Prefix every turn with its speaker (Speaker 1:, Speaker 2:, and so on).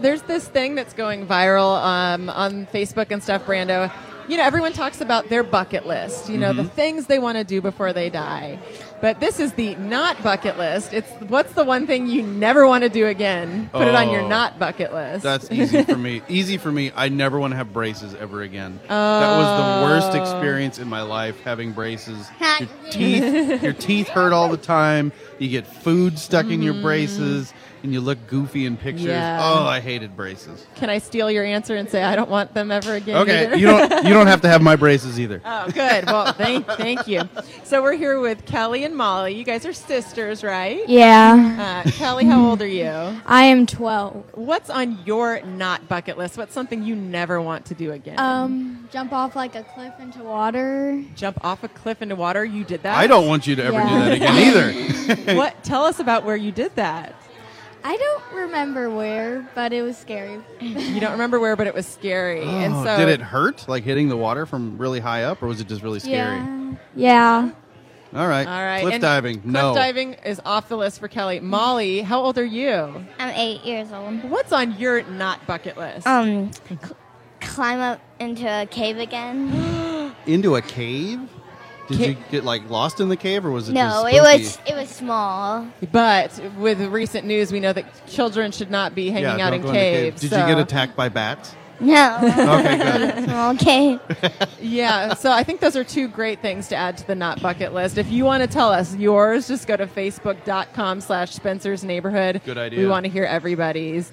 Speaker 1: There's this thing that's going viral um, on Facebook and stuff, Brando. You know, everyone talks about their bucket list, you know,
Speaker 2: Mm-hmm.
Speaker 1: the things they want to do before they die. But this is the not bucket list. It's what's the one thing you never want to do again? Put it on your
Speaker 2: Oh.
Speaker 1: not bucket list.
Speaker 2: That's easy for me. Easy for me. I never want to have braces ever again. That
Speaker 1: Oh.
Speaker 2: was the worst experience in my life having braces. Your teeth, your teeth hurt all the time. You get food stuck in your braces, and you look goofy in pictures.
Speaker 1: Mm-hmm. Yeah.
Speaker 2: Oh, I hated braces.
Speaker 1: Can I steal your answer and say I don't want them ever again? either?
Speaker 2: Okay, you don't you don't have to have my braces either.
Speaker 1: Oh, good. Well, thank, thank you. So we're here with Kelly and Molly. You guys are sisters, right?
Speaker 3: Yeah,
Speaker 1: Uh, Kelly, how old are you?
Speaker 3: I am 12.
Speaker 1: What's on your not bucket list? What's something you never want to do again?
Speaker 3: Um, jump off like a cliff into water.
Speaker 1: Jump off a cliff into water. You did that.
Speaker 2: I don't want you to ever do
Speaker 3: Yeah.
Speaker 2: that again either.
Speaker 1: What? Tell us about where you did that.
Speaker 3: I don't remember where, but it was scary.
Speaker 1: You don't remember where, but it was scary. and
Speaker 2: Oh,
Speaker 1: so
Speaker 2: did it hurt like hitting the water from really high up, or was it just really scary?
Speaker 3: Yeah. Yeah.
Speaker 2: All right,
Speaker 1: All right.
Speaker 2: cliff
Speaker 1: and
Speaker 2: diving.
Speaker 1: Cliff
Speaker 2: no,
Speaker 1: diving is off the list for Kelly. Molly, how old are you?
Speaker 4: I'm eight years old.
Speaker 1: What's on your not bucket list?
Speaker 4: Um, cl- climb up into a cave again.
Speaker 2: into a cave. Did
Speaker 1: Ca-
Speaker 2: you get like lost in the cave, or was it?
Speaker 4: No,
Speaker 2: just
Speaker 4: it
Speaker 2: spooky?
Speaker 4: was it was small.
Speaker 1: But with recent news, we know that children should not be
Speaker 2: Yeah,
Speaker 1: hanging out
Speaker 2: don't
Speaker 1: in
Speaker 2: go into
Speaker 1: caves.
Speaker 2: Did
Speaker 1: so-
Speaker 2: you get attacked by bats?
Speaker 4: No,
Speaker 2: Okay, good.
Speaker 4: a small cave.
Speaker 1: Yeah, so I think those are two great things to add to the not bucket list. If you want to tell us yours, just go to facebook.com slash Spencer's Neighborhood.
Speaker 2: Good idea.
Speaker 1: We want to hear everybody's.